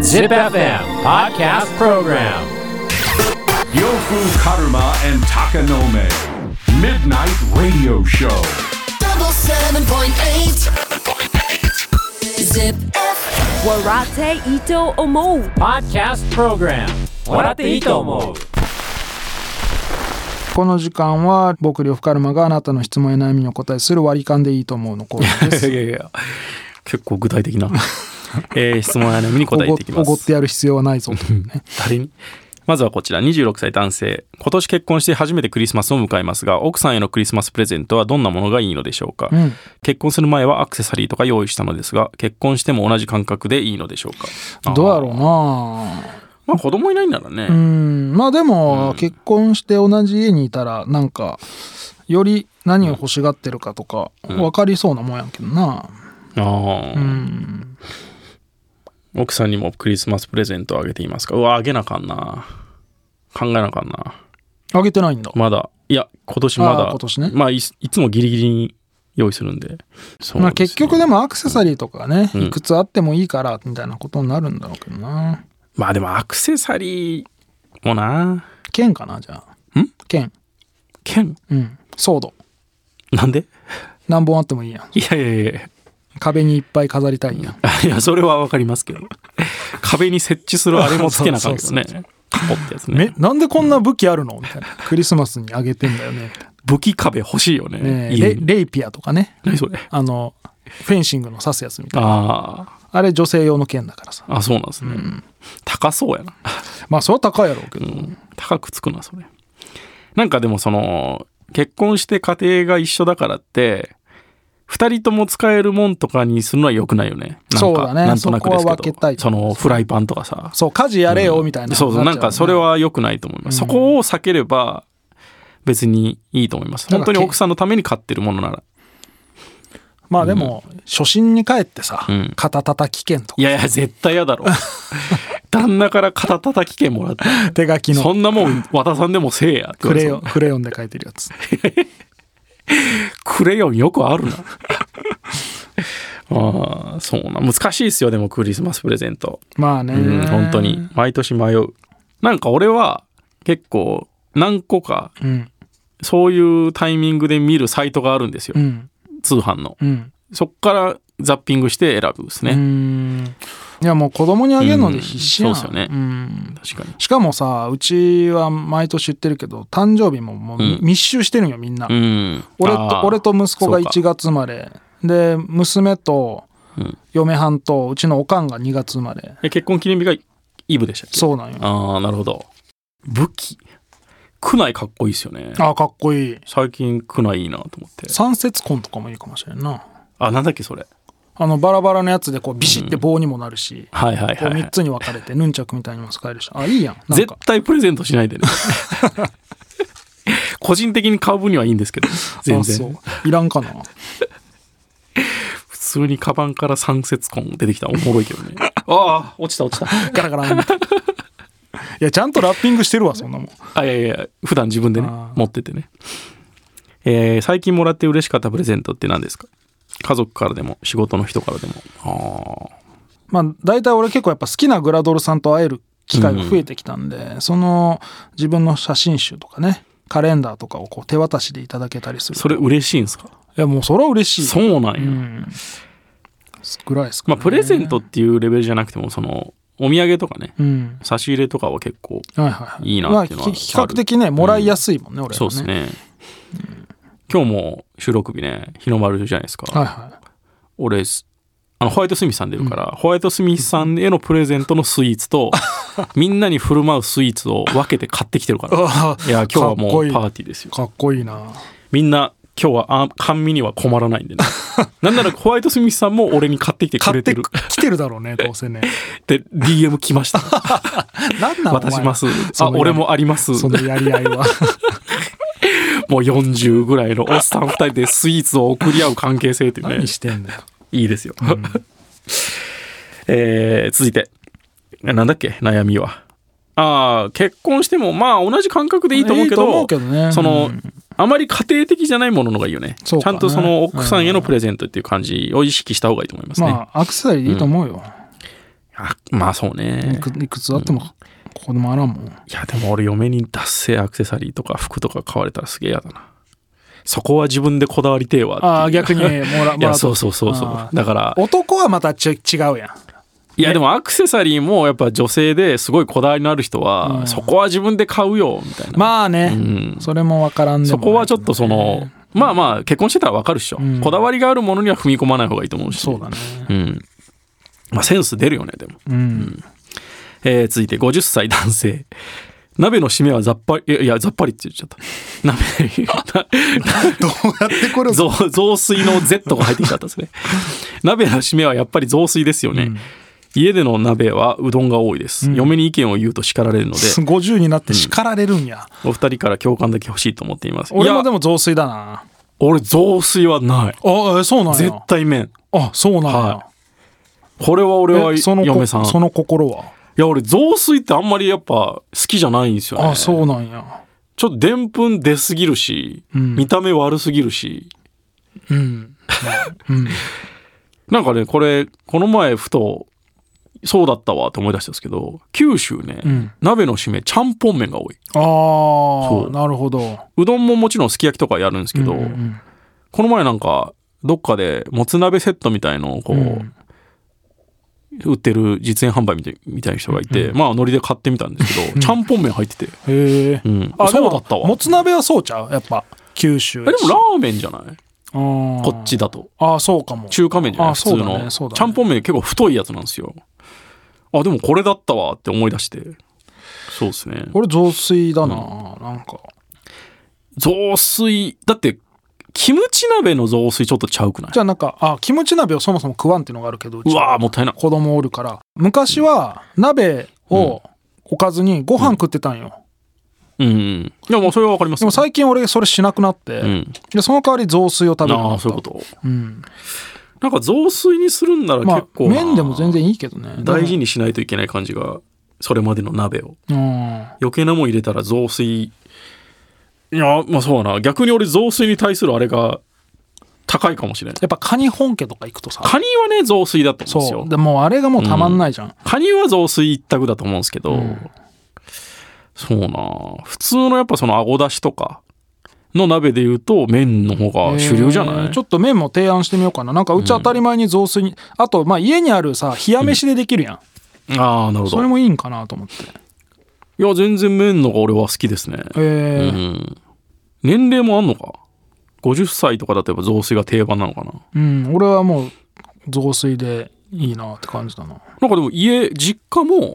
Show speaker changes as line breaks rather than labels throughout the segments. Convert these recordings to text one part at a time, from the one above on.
Zip FM Podcast Program
Yofu Karuma and Takanome. Midnight Radio Show.
double seven point eight. Zip.
Warate Ito Omo.
Podcast Program 笑っていいと思う
この時間は僕呂布カルマがあなたの質問や悩みにお答えする割り勘でいいと思うのコーナーです
いやいや結構具体的な、えー質問や悩みに 答えていきま
おごおごっ
す
てやる必要はないぞというね
誰にまずはこちら26歳男性今年結婚して初めてクリスマスを迎えますが奥さんへのクリスマスプレゼントはどんなものがいいのでしょうか、
ん
結婚する前はアクセサリーとか用意したのですが結婚しても同じ感覚でいいのでしょうか あー
どうやろうな
まあ子供いないんならね、
うんまあでも結婚して同じ家にいたらなんかより何を欲しがってるかとか分かりそうなもんやけどな
ああ、奥さんにもクリスマスプレゼントをあげていますかうわあげなあかんな考えなあかんな
あげてないんだ
まだいや今年ま
あ
だ
ー今年ね
まあいすいつもギリギリに用意するんでそう
まあ、
です
結
ね
局でもアクセサリーとかね、
うん
いくつあってもいいからみたいなことになるんだろうけどな
まあでもアクセサリーもな
剣かなじゃあ
ん
剣
剣
うんソード
なんで
何本あってもいいやん
いやいやいやい や
壁にいっぱい飾りたいんやん
いやそれはわかりますけど壁に設置するあれもつけなあかんけどね囲ってやつね
めなんでこんな武器あるのみたいなクリスマスにあげてんだよねみたい
武器壁欲しいよね
な、ねえ
家
レ
に
レイピアとかね
何それ
あのフェンシングの刺すやつみたいな
あ
あれ女性用の剣だからさ
ああそうなんですね、高そうやな
まあそれは高いやろうけど、
高くつくなそれなんかでもその結婚して家庭が一緒だからって2人とも使えるもんとかにするのは良くないよねなんか
そうだね
なんとなくです
そこは分
け
けた
ど
い
そのフライパンとかさ
そう家事やれよみたいな、
そうそうなんかそれは良くないと思います、そこを避ければ別にいいと思います
だから
本当に奥さんのために買ってるものなら
まあでも、初心に帰ってさ、
うん
肩叩き剣とか
いやいや絶対嫌 だろ旦那から肩叩き券もらって
手書き
そ
の
んなもん渡さんでもせえやって言
ク
われ
レ
そう
ヨンクレヨンで書いてるやつ
クレヨンよくあるな。ああ、そうな。難しいですよ、でもクリスマスプレゼント。
まあね、
うん、本当に。毎年迷う。なんか俺は結構何個か
うん
そういうタイミングで見るサイトがあるんですよ
う。ん
通販の。
うん
そっからザッピングして選ぶです
う
ね。
んいやもう子供にあげるので必死やん、
うんそうですよね
うん
確かに。
しかもさうちは毎年言ってるけど誕生日ももう
うん
密集してるんよみんな、
うん。
俺
あ
と
ー
俺と息子が
そうか
1月生まれで娘と
うん
嫁はんとうちのおかんが2月生まれ
え結婚記念日がイブでしたっけ
そうなんよ
ああ、なるほど。武器。区内かっこいいですよね。
あかっこいい
最近区内いいなと思って。
三節婚とかもいいかもしれんな
あ、なんだっけそれ。
あのバラバラのやつでこうビシッて棒にもなるし、
はいはい
こ
は
う
い、はい
3。つに分かれてヌンチャクみたいにも使えるしあいいやんなん
絶
か
対プレゼントしないでね。 個人的に買う分にはいいんですけど、全然。
あそういらんかな
普通にカバンから三節痕出てきたらおもろいけどね。 ああ、落ちた落ちた。
ガラガラみたいないやちゃんとラッピングしてるわそんなもん
あ、いやいや、普段自分でね
あ、ー
持っててね。えー最近もらって嬉しかったプレゼントって何ですか家族からでも、仕事の人からでも。あ
まあ大体俺結構やっぱ好きなグラドルさんと会える機会が増えてきたんで、その自分の写真集とかねカレンダーとかをこう手渡しでいただけたりす
あ、
る
それ
い
嬉しいんですか
やもうそれは嬉しい
そうな
う
んや。
んぐらいですか、
ま
ね
あ、プレゼントっていうレベルじゃなくても、その、お土産とかね、
うん
差し入れとかは結構、
はいはい
いいな
ま
っ
あ
て
ひ
いうのは
比較的ねもらいやすいもんね、俺ら
そうですね。今日も収録日ね、日の丸じゃないですか。
はいは
俺すあのホワイトスミスさん出るから、ホワイトスミスさんへのプレゼントのスイーツ とみんなに振る舞うスイーツを分けて買ってきてるか
う
ら
わ
いや今日は
かっ
も
こいうい
パーティーですよ
いかっこいいな
みんな今日はあ甘味には困らな いんでねなんならホワイトスミスさんも俺に買ってきてく
買
れ
って
て
き
る
てるだ ろうねどうせね
で DM 来 ました
何なの
渡します
そ
あ
の
俺もあります
そのやり合い は
もう40ぐらいのおっさん2人でスイーツを送り合う関係性っていうね
何してんだよ
いいですよ、 えー続いてえなんだっけ悩みはああ結婚してもまあ同じ感覚でいいと思うけど
いいと思うけどね
その、
うん
あまり家庭的じゃないものの方がいいよね
そう
ち
か
ゃ
ね
んとその奥さんへのプレゼントっていう感じを意識した方がいいと思いますね、
まあアクセサリーでいいと思うよ、
あまあそう
い
ね
くいくつあってもここでもあらんもん
いやでも俺嫁にダッセーアクセサリーとか服とか買われたらすげえ嫌だなそこは自分でこだわりてえわっていう
ああ逆に もら
い
もら
や
う
そう
と
そうそうそ
あ
うだから
男はまたちょ違うやん
いやでもアクセサリーもやっぱ女性ですごいこだわりのある人はそこは自分で買うよみたいな、
まあね、
ん
それもわからんでも
そ
ない
こはちょっとそのまあまあ結婚してたらわかるっしょ、こだわりがあるものには踏み込まない方がいいと思うし
そうだね
うんまあセンス出るよねでも、
うん、
えー続いて50歳男性鍋の締めはざっぱりいやいやざっぱりって言っちゃった 鍋
どうやってこれを
雑雑炊の Z が入ってきちゃっ たんですね鍋の締めはやっぱり雑炊ですよね、家での鍋はうどんが多いです、嫁に意見を言うと叱られるので
50になって叱られるんや、
お二人から共感だけ欲しいと思っています
俺も
い
で
や
も雑炊だな
俺雑炊はない
あえそうなんや
絶対麺
あそうなんや、
はこれは俺は
えそのこ
嫁さんい
その心は
や俺雑炊ってあんまりやっぱ好きじゃないんですよね
あそうなんや
ちょっとでんぷん出すぎるし、見た目悪すぎるし
うん
なんかねこれこの前ふとそうだったわって思い出したんですけど九州ね、
ん
鍋の締めちゃんぽん麺が多い
あ
う
あなるほど
うどんももちろんすき焼きとかやるんですけど、この前なんかどっかでもつ鍋セットみたいのをこう、売ってる実演販売みたいみたいな人がいて、まあノリで買ってみたんですけど、ちゃんぽん麺入ってて、
へえ、
うん、
あで
そう
も
だったわ
もつ鍋はそうちゃうやっぱ九州
えでもラーメンじゃない
も
こっちだと
ああそうかも
中華麺じゃない
あ
普
そ
通
うだね
の、
そうだね
ちゃんぽん麺結構太いやつなんですよあでもこれだったわって思い出してそうですね
俺雑炊だな、なんか
雑炊だってキムチ鍋の雑炊ちょっとちゃうくない
じゃあなんかあキムチ鍋をそもそも食わんっていうのがあるけどうち
う
は
わーもったいない
子供おるから昔は鍋をおかずにご飯食ってたんよ、
うんうんいやもうそれはわかります
でも最近俺それしなくなって、
ん
でその代わり雑炊を食べるように
あ
な
あ
った
そういうこと
うん
なんか雑炊にするんなら
まあ
結構な、
麺でも全然いいけどね
大事にしないといけない感じがそれまでの鍋を
うん
余計なもん入れたら雑炊いやまあそうだな逆に俺雑炊に対するあれが高いかもしれない
やっぱカニ本家とか行くとさ
カニはね雑炊だと思
そ
うん
う
です
で
よ
もうあれがもうたまんないじゃん、
カニは雑炊一択だと思うんですけど、そうな普通のやっぱそのあごだしとかの鍋でいうと麺の方が主流じゃない、
えーちょっと麺も提案してみようかななんかうち当たり前に雑炊に、あとまあ家にあるさ冷や飯でできるやん、
ああなるほ
それ
ど
もいいんかなと思って
いや全然麺の方が俺は好きですね
えー
年齢もあんのか50歳とかだとやっぱ雑炊が定番なのかな
うん、俺はもう雑炊でいいなって感じだな
なんかでも家実家も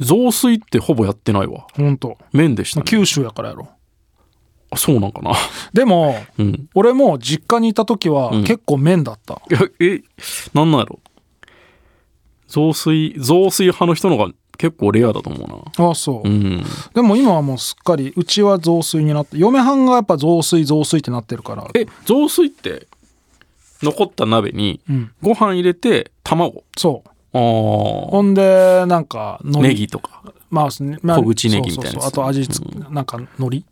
雑炊ってほぼやってないわ
ほんと
麺でしたね
九州やからやろ
あそうなんかな
でも
うん
俺も実家にいた時は
ん
結構麺だった、
いやえなんなんやろ雑炊雑炊派の人の方が結構レアだと思うな
ああそう、
うん
でも今はもうすっかりうちは雑炊になって嫁はんがやっぱ雑炊雑炊ってなってるから
え雑炊って残った鍋に
うん
ご飯入れて卵
そう
ああ
ほんでなんかのり
ネギとか
まあ、ねまあ
小口ネギみたいなやつ
そうそうそうあと味付け、なんか海苔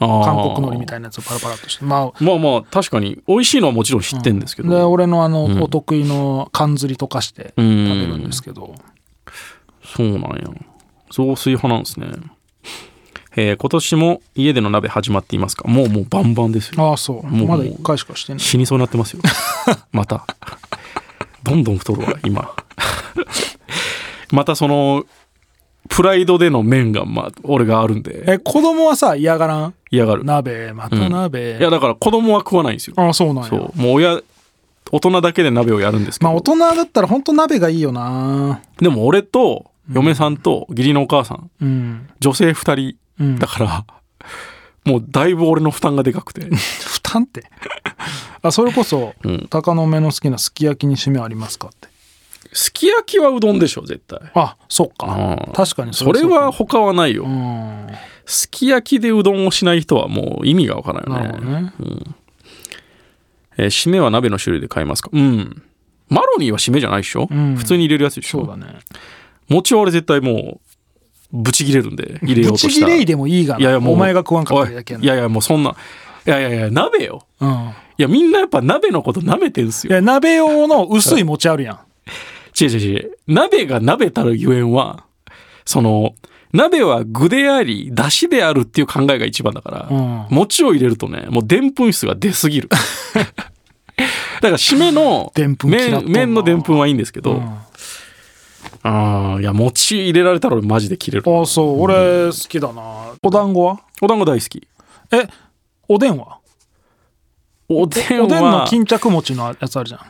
韓
韓
国海苔みたいなやつをパラパラっとしてまあ
まあまあ確かに美味しいのはもちろん知ってんですけど、
で俺のあの、お得意の缶ずり溶かして食べるんですけど
そうなんや雑炊派なんですねえー今年も家での鍋始まっていますかもうもうバンバンですよ
ああそう
もう
まだ1回しかしてない
死にそうになって ますよまたどんどん太るわ今またそのプライドでの麺が、まあ、俺があるんで
え子供はさ嫌がらん
嫌がる
鍋また鍋、
いやだから子供は食わないんですよ
ああそうなん
そ
や
うもう親大人だけで鍋をやるんですけど、
まあ大人だったら本当鍋がいいよな
でも俺と嫁さんと義理のお母さん
うん
女性2
うん
人だから、もうだいぶ俺の負担がでか くて
負担ってあそれこそ、鷹の目の好きなすき焼きに締めありますかって
すき焼きはうどんでしょ絶対
あそっか、
うん
確かに
それ
う
は他はないよ、
うん
すき焼きでうどんをしない人はもう意味がわからない
な
よ
るほ
ね
どね、
えー締めは鍋の種類で買いますかうんマロニーは締めじゃないでしょ、
ん
普通に入れるやつでしょ
そうだね
餅は俺絶対もブチギレるんで、入れよ
ブ
うと
チ
し
ギ
たら。
レイでもいいが
いやい
な
や、もう。
お前が食わんかっただけや
お
ない
いやいや、もうそんな。いやいやいや、鍋よ。
うん
いや、みんなやっぱ鍋のこと舐めてんす
い
よ。
や鍋用の薄い餅あるやん
違う違う違う。鍋が鍋たるゆえんは、その、鍋は具であり、出汁であるっていう考えが一番だから、
うん
餅を入れるとね、もうでんぷん質が出す ぎる。だから締めの
でんぷん嫌っとん
麺
な
麺のでんぷんはいいんですけど、
うん
ああいや餅入れられたら俺マジで切れる
あそう俺好きだなお団子は
お団子大好き
えおでんは
おでんは
おでんの巾着餅のやつあるじゃん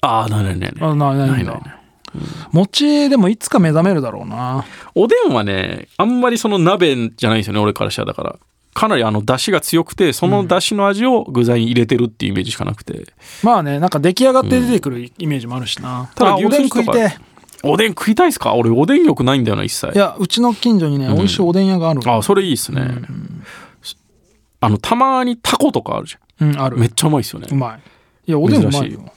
ああないないないない
あないない
な
な
い
い
ないない
餅でもいつか目覚めるだろうな
おでんはねあんまりその鍋じゃないんですよね俺からしたらだからかなりあの出汁が強くてその出汁の味を具材に入れてるっていうイメージしかなくて、
まあねなんか出来上がって出てくるイメージもあるしな、
ただ
あ
牛
おでん
すじと
食
か
いて
おでん食いたいですか俺おでんよくないんだよな一切
いやうちの近所にね、美味しいおでん屋がある
ああそれいいっすね、あのたまにタコとかあるじゃ
うんある
んめっちゃうまいっすよね
うまいいやおでんうま
珍
い
しい
よ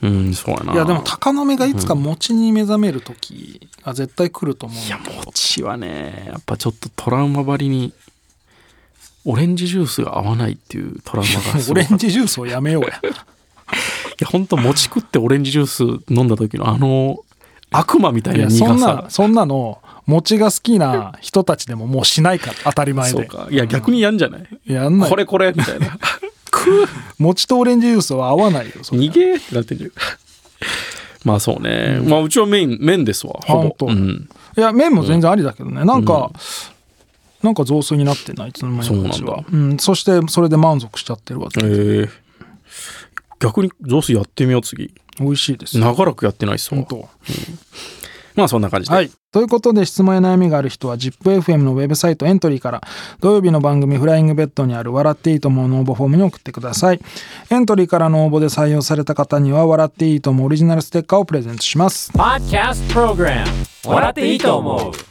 うんそうやない
やでも鷹の目がいつか餅に目覚める時が絶対来ると思う
いや餅はねやっぱちょっとトラウマばりにオレンジジュースが合わないっていうトラウマがす
オ
ごい
レンジジュースをやめようや
いや本当餅食ってオレンジジュース飲んだ時のあの悪魔みたい
い
な
や
苦
そん
さ
なそんなの餅が好きな人たちでももうしないから当たり前
そう
で
かいや逆にやんじゃない、
やんない
これこれみた いな
餅とオレンジジュースは合わないよそれ
逃げーってなってるまあそうね、まあうちは麺麺ですわ
あ
ほ
本
ぼ
当、
うん、
いや麺も全然ありだけどねなんか、なんか雑炊になってないいつの間にか
そうなんだ
うなんだ、うん、そしてそれで満足しちゃってるわけ
えー逆に雑炊やってみよう次
美味しいですよ
長らくやってないっすわ
本当
まあそんな感じで、
はい。ということで質問や悩みがある人は ZIPFM のウェブサイトエントリーから土曜日の番組フライングベッドにある笑っていいと思うの応募フォームに送ってください。エントリーからの応募で採用された方には笑っていいと思うオリジナルステッカーをプレゼントします。
Podcast Program 笑っていいと思う